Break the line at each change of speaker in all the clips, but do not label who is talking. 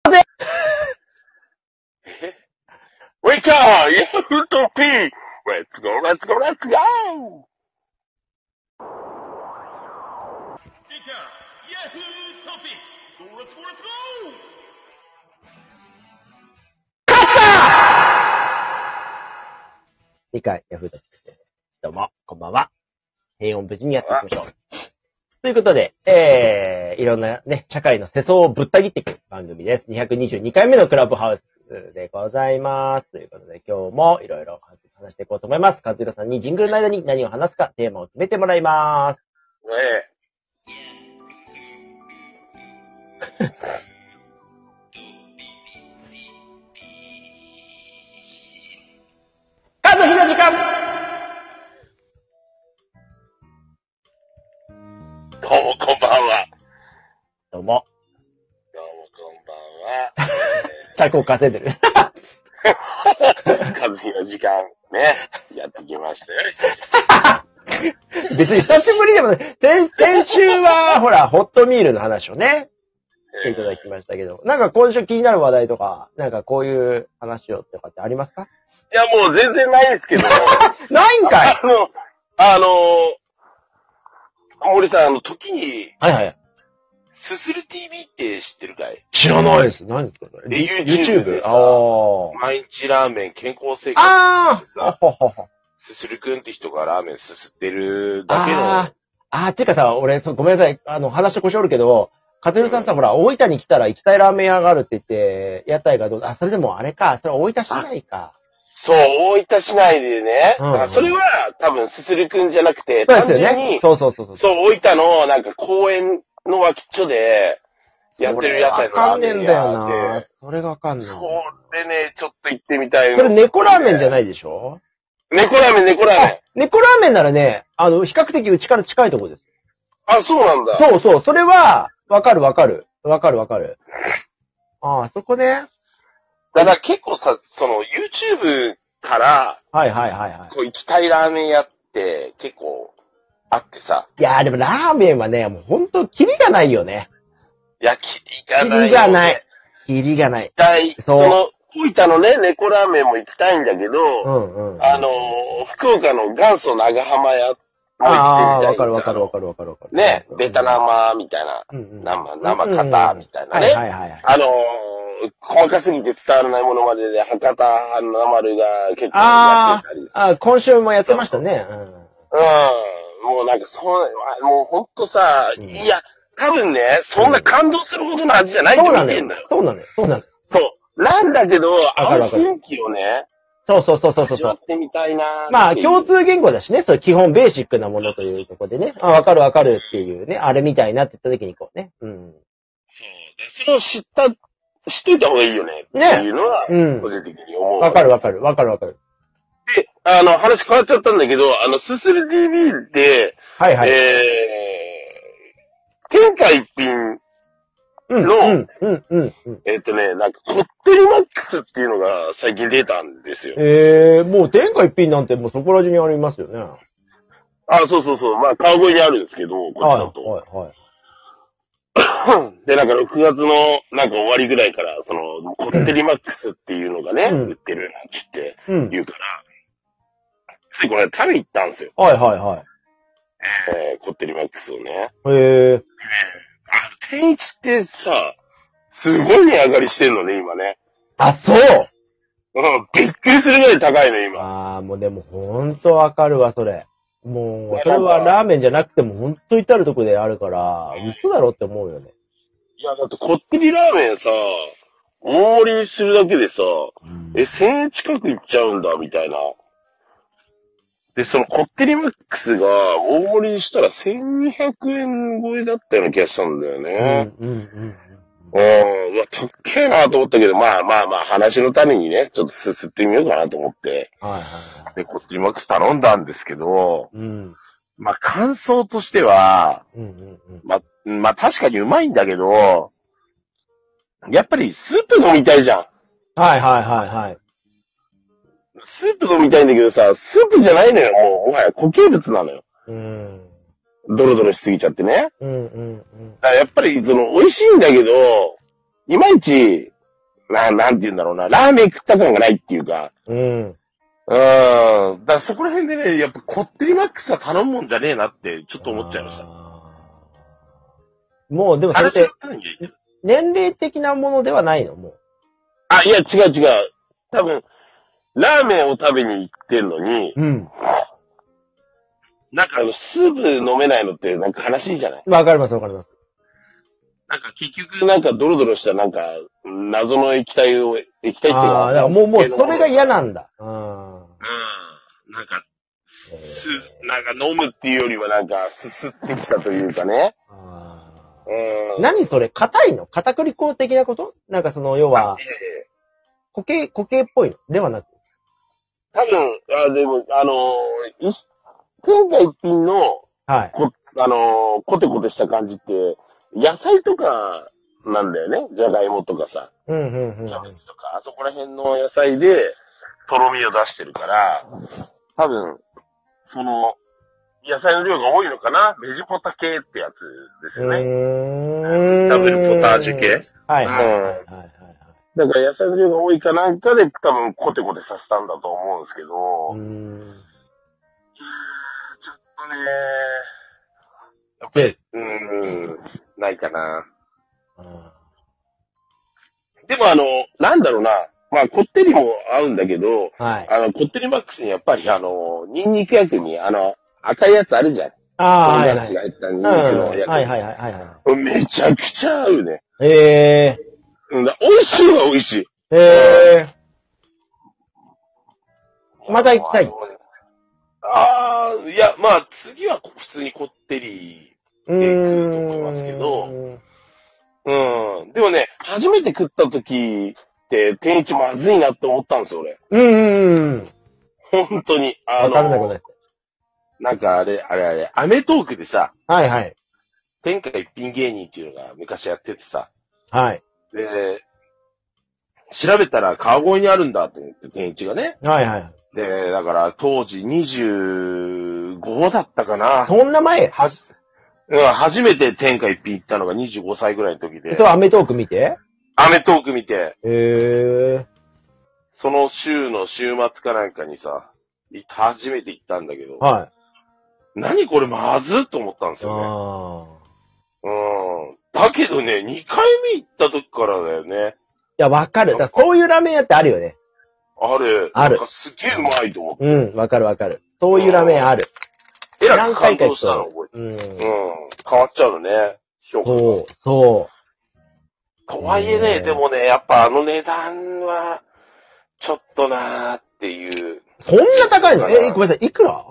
ふとピー !Let's go, let's go, let's go!
次回、ヤフートピックスです。どうも、こんばんは。平穏無事にやっていきましょう。ということで、えー、いろんなね、社会の世相をぶった切っていく番組です。222回目のクラブハウスでございます。ということで、今日もいろいろ話していこうと思います。和弘さんにジングルの間に何を話すかテーマを決めてもらいます。
ねえ。
和弘の時間
どうもこんばんは。
どうも、
どうも こんばん
尺を稼いでる。
は。和樹の時間、ね、やってきましたよ、久しぶ
別に久しぶりでもない。先、先週は、ほら、ホットミールの話をね、して
り
いただきましたけど、なんか今週気になる話題とか、なんかこういう話をとかってありますか
いや、もう全然ないですけど、あ
ないんかい
の、あの、森さん、あの、時に、
はいはい。
すする TV って知ってるかい
知らないです。何ですかそれ
え YouTube でさ
あー
毎日ラーメン健康生活、
あーあほほほ
すするくんって人がラーメンすすってるだけ
ああー、てかさ、俺、そうごめんなさい。あの、話腰折るけど、かつゆさんさ、ほら、大分に来たら行きたいラーメン屋があるって言って、屋台がどう、あ、それでもあれか、それ大分市内か。
そう、大分市内でね、
うん
だからそれは多分すするくんじゃなくて、
そうで
単
すよ
純
ね
に。、
そうそうそうそう。
そう、大分のなんか公園の脇っちょで、やってる屋台の
わか
ラー
んねえ
メ
ん
ン
だ
屋
よな
で、。
それがわかんない。
そ
そ
れね、ちょっと行ってみたい
れ猫ラーメンじゃ
い
ないでしょ
猫ラーメン、猫ラーメン。
猫ラーメンならね、あの、比較的うちから近いところです。
あ、そうなんだ。
そうそう、それは、わかるわかる。わかるわかる。ああ、そこね。
だから結構さ、その YouTube から、
はいはいはいはい。
こう行きたいラーメン屋って結構あってさ、
いやーでもラーメンはね、もうほんと、キリがないよね。
いや、き行かない、ね。
キリがない。キリがな
行
い
き。たい。
う
その、大分のね、猫ラーメンも行きたいんだけど、
うんうん。
あのー福岡の元祖長浜屋も行っ
ああ、
てみたい
わ
んです
かるわかるわ
よ。
かるわかるわかる。
ね、ベタ、生みたいな、
うんうん、
生、生方みたいなね。
はいはいはいはい。
あのー細かすぎて伝わらないものまでで、博多華丸が結構やっ
あ
てたり。
あ、今週もやってましたね。うん。
うん。もうなんか、そう、もうほんとさ、
うん
いや、多分ね、そんな感動するほどの味じゃないと
そう
思
な
っ
の
て
よ
んだよ。。
そうなのよ。そうなのよ。
そう。なんだけど、あ
かる
の
わかる
雰囲気をね、
そうそうそうそうそう
味
そう
わっ。てみたいな
まあ、共
日
通言語だしね、それ基本ベーシックなものというとこでね、あ、わかるわかるっていうね、あれみたいなって言った時にこうね、うん。
それを知った、知っといた方がいいよね。
ね
っていうのは、
うん
個人的に思う。
わかるわかる、わかるわかる。
で、あの、話変わっちゃったんだけど、あの、すする TV で、
はいはい。
えー、天下一品、
うん、
の
うん、うん、うん。うん
えっ、とね、なんか、こってりマックスっていうのが最近出たんですよ。
えー、もう天下一品なんてもうそこら中にありますよね。は
あ、そうそうそう。まあ、川越にあるんですけど、こっち
い、は
だと。
い、は い。
で、なんか6月の、なんか終わりぐらいから、その、こってりマックスっていうのがね、
うん
売ってるなんて言って、
うん。
言うから、ついこの間食べ行ったんですよ。
はい、はい、はい。
えー、こってりマックスをね。
えー、
あ、天一ってさ、すごい値上がりしてんのね、今ね。
あ、そう
うん、びっくりするぐらい高いの、今。
ああ、もうでもほんとわかるわ、それ。もう
ね、
それは
なんか
ラーメンじゃなくてもほんと至るとこであるから、嘘だろって思うよね。
いや、だってこってりラーメンさ、大盛りにするだけでさ、
うん
え、1000円近くいっちゃうんだ、みたいな。で、そのこってりマックスが大盛りにしたら1200円超えだったような気がしたんだよね。
うん、うん、うん。
うん、うわ、たっけえなと思ったけど、まあまあまあ、話の種にね、ちょっとすすってみようかなと思って、
はい、はい、はい。
で、こってりマックス頼んだんですけど、
うん。
まあ感想としては、
うんうんうん。
まあ、まあ確かにうまいんだけど、やっぱりスープ飲みたいじゃん。
はいはいはいはい。
スープ飲みたいんだけどさ、スープじゃないのよ、もう。もはや固形物なのよ。
うん。
ドロドロしすぎちゃってね。
うんうんうん。
だからやっぱり、その、美味しいんだけど、いまいち、な、なんて言うんだろうな、ラーメン食った感がないっていうか、
うん。
うん。だからそこら辺でね、やっぱこってりマックスは頼むもんじゃねえなって、ちょっと思っちゃいました。
あーもう、でもそれっ
話
て
は、何がいい
年齢的なものではないの、もう。
あ、いや、違う違う。多分、ラーメンを食べに行ってんのに、
うん。
なんかあの、スープ飲めないのってなんか悲しいじゃない
わかります、わかります。
なんか結局なんかドロドロしたなんか、謎の液体を、液体っていう
ああー、だからもう、もう、それが嫌
な。
なんだ。うん。
うん。なんか、
え
す
ー、
なんか飲むっていうよりはなんか、すすってきたというかね。
あ
う
ー
ん。
何それ硬いの片栗粉的なことなんかその、要は
え、え
固形、固形っぽいのではなく。
多分、あ、でも、あのー、い天下一品の、
はい。
こ、あのー、コテコテした感じって、野菜とかなんだよね。じゃがいもとかさ、
うん、うん、うん
キ。ャベツとか、あそこら辺の野菜で、とろみを出してるから、多分、その、野菜の量が多いのかなベジポタ系ってやつですよね。
うーん
ダブルポタージュ系
はいはいはいはいはいはい。
だから野菜の量が多いかなんかで多分コテコテさせたんだと思うんですけど、
うーん
ちょっとね、やっぱり、うん、ないかな。
あ
でもあの、なんだろうな、まあこってりも合うんだけど、
ーはい。
あの、こってりマックスにやっぱりあの、ニンニク薬に、あの、赤いやつあるじゃん。
ああ、はいは
唐辛
い
子。が入ったニン
う
ニ
ん
クの薬。
はいはいはいはいは
めちゃくちゃ合うね。
い。え
うん、だ美味しいは美味しい。
ー、えまた行きたい。
ああ、いや、まあ次は普通にこってり
ー、うーん。
食うと思いますけどうん。でもね、初めて食った時って、天一まずいなって思ったんですよ、俺。
うんうんうん。
本当に。あ
わかんないこ
の、
とです。
なんかあれ、あれあれ、アメトークでさ、
はいはい。
天下一品芸人っていうのが昔やっててさ、
はい。
で、調べたら川越にあるんだって言って、天一がね。
はいはい。
で、だから当時25だったかな。
そんな前
はじ、うん初めて天下一品行ったのが25歳ぐらいの時で
人、はアメトーク見て
アメトーク見て、
え
その週の週末かなんかにさ、行った初めて行ったんだけど
ー、、はい。
何これまずっと思ったんですよね。
ああ。
うん。だけどね、2回目行った時からだよね。
いや、わかる。だからそういうラーメン屋ってあるよね。
ある。
ある
なんかすげえうまいと思って。
うん、わかるわかる。そういうラーメン屋ある。
えらく感動したの覚
う
え
ん
てる。。うん。変わっちゃうのね。評価が。
そう、そ
とはいえ
う
ね、
ん
でもね、やっぱあの値段は、ちょっとなーっていう。
う。そんな高いのえ、ごめんなさい、いくら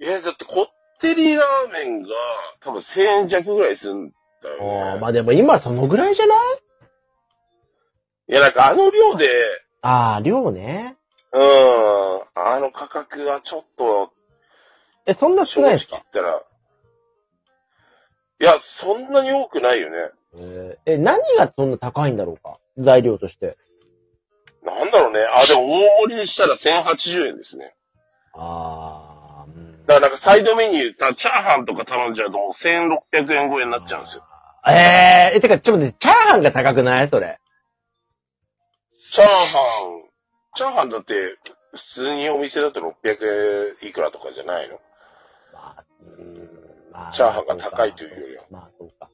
いや、だってこってりラーメンが、多分1000円弱ぐらいするんだよ
ああ、
ね。
まあでも今そのぐらいじゃない
いや、なんかあの量で、
ああ、量ね。
うん、あの価格はちょっと、
え、そんな
正
少ない
直
んです
言
か
ったら、いや、そんなに多くないよね。
えーえ、何がそんな高いんだろうか材料として。
なんだろうね。あ、でも大盛りにしたら1080円ですね。
ああ、うん
だからなんかサイドメニュー、たチャーハンとか頼んじゃうともう1600円超えになっちゃうんですよ。。
えーえ、てか、ちょっと待って、チャーハンが高くないそれ。
チャーハン、チャーハンだって、普通にお店だと600円いくらとかじゃないの
まあ、うん、ま
チャーハンが高いというよりは。
まあ、そうか。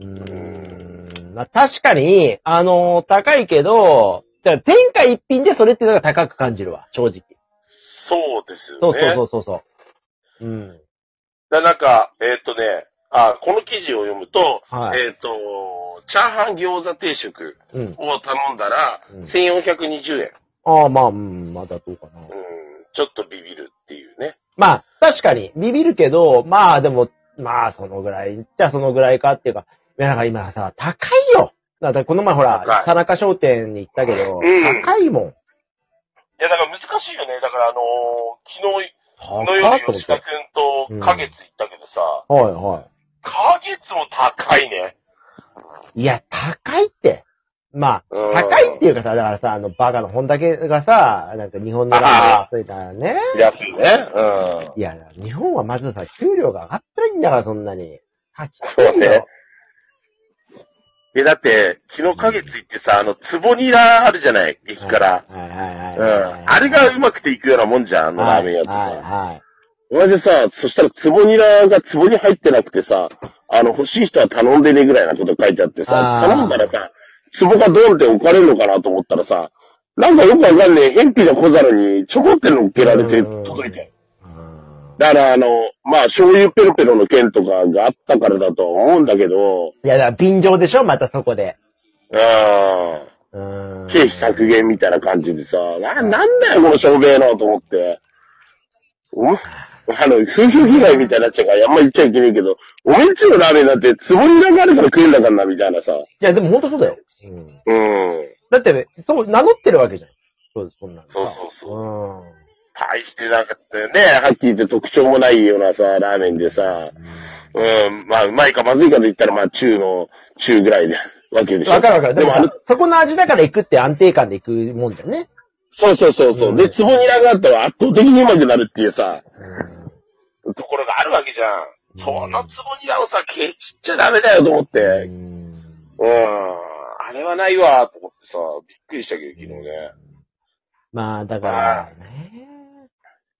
うーん。まあ、確かに、あのー高いけど、だから天下一品でそれっていうのが高く感じるわ、正直。
そうですよね。
そうそうそうそう。うん。
だなんか、えーっ、とね、あ、この記事を読むと、
はい。
えーっ、と、チャーハン餃子定食
うん。
を頼んだら、
うん
1420円、
ああ、まあ、うん、まだどうかな。
うん。ちょっとビビるっていうね。
まあ、確かに、ビビるけど、まあでも、まあ、そのぐらい、じゃあそのぐらいかっていうか、いや、なんか今さ、高いよだってこの前ほ
高
ら
い、
田中商店に行ったけど、
うん
高いもん。
いや、だから難しいよね。だから、あのー昨日、
高
この
い
夜
と思っ
吉田
て。
くんと花月行ったけどさ、
はいは
花月も高いね。
い。いや、高いって。まあ、
うん
高いっていうかさ、だからさ、あの、バカの本だけがさ、なんか日本のラーメンがついたらね。
安いね。うん。
いや、日本はまずさ、給料が上がってないんだから、そんなに。高い
そうね
よ。
え、だって、日の影ついてさ、あの、ツボニラあるじゃない激辛。
はいはいはいはい
うん。
はい。
あれがうまくていくようなもんじゃん、あのラーメン屋って
はいはい
さ。
はい。
マジでさ、そしたらツボニラがツボに入ってなくてさ、あの、欲しい人は頼んでねぐらいなこと書いてあってさ
あ、ー
頼んだらさ、ツボがドンって置かれるのかなと思ったらさ、なんかよくわかんねえ、偏僻な小皿にちょこって乗っけられて
うん
届いて。
うん
だからあの、まあ、醤油ペロペロの件とかがあったからだとは思うんだけど、
いや、だから便乗でしょまたそこで。
うん。
うーん。
経費削減みたいな感じでさ、な、なんだよ、この照明のと思って。お前あの、風評被害みたいになっちゃうから、あんま言っちゃいけないけど、おめんちのラーメンだって、つぼに流れから食えんだからな、みたいなさ。
いや、でも本当そうだよ。うん。
うん。
だって、そう、名乗ってるわけじゃん。そう、そんなのさ。
そうそうそう大してなかったよね。はっきり言って特徴もないようなさ、ラーメンでさ。うん、まあ、うまいかまずいかと言ったら、まあ、中の、中ぐらいで、わけで
うん。
しょ。
わかるわかる。で
で
も
も、あれ、
そこの味だから行くって安定感で行くもんだよね。
そうそうそうそう。で、つぼに流れたら圧倒的にうまくなるっていうさ。ところがあるわけじゃん。そのつぼにらをさ、ケチっちゃダメだよと思って。
う
うん。
ん。
あれはないわ、と思ってさ、びっくりしたけど、昨日ね。
まあ、だから、ね。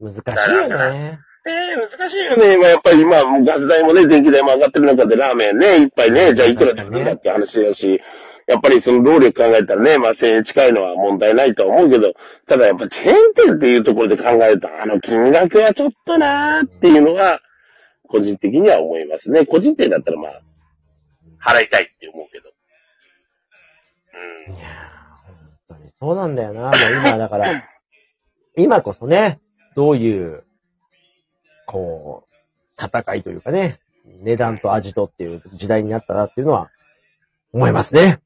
難しいよね。
ええ難しいよね。今やっぱり今、ガス代もね、電気代も上がってる中でラーメンね、一杯ね、じゃあいくら食べるんだって話だし、やっぱりその労力考えたらね、まあ1000円近いのは問題ないとは思うけど、ただやっぱチェーン店っていうところで考えると、あの金額はちょっとなーっていうのは、個人的には思いますね。個人店だったらまあ、払いたいって思うけど。
いやー本当にそうなんだよな。もう今、だから、今こそね、どういう、こう、戦いというかね、値段と味とっていう時代になったなっていうのは、思いますね。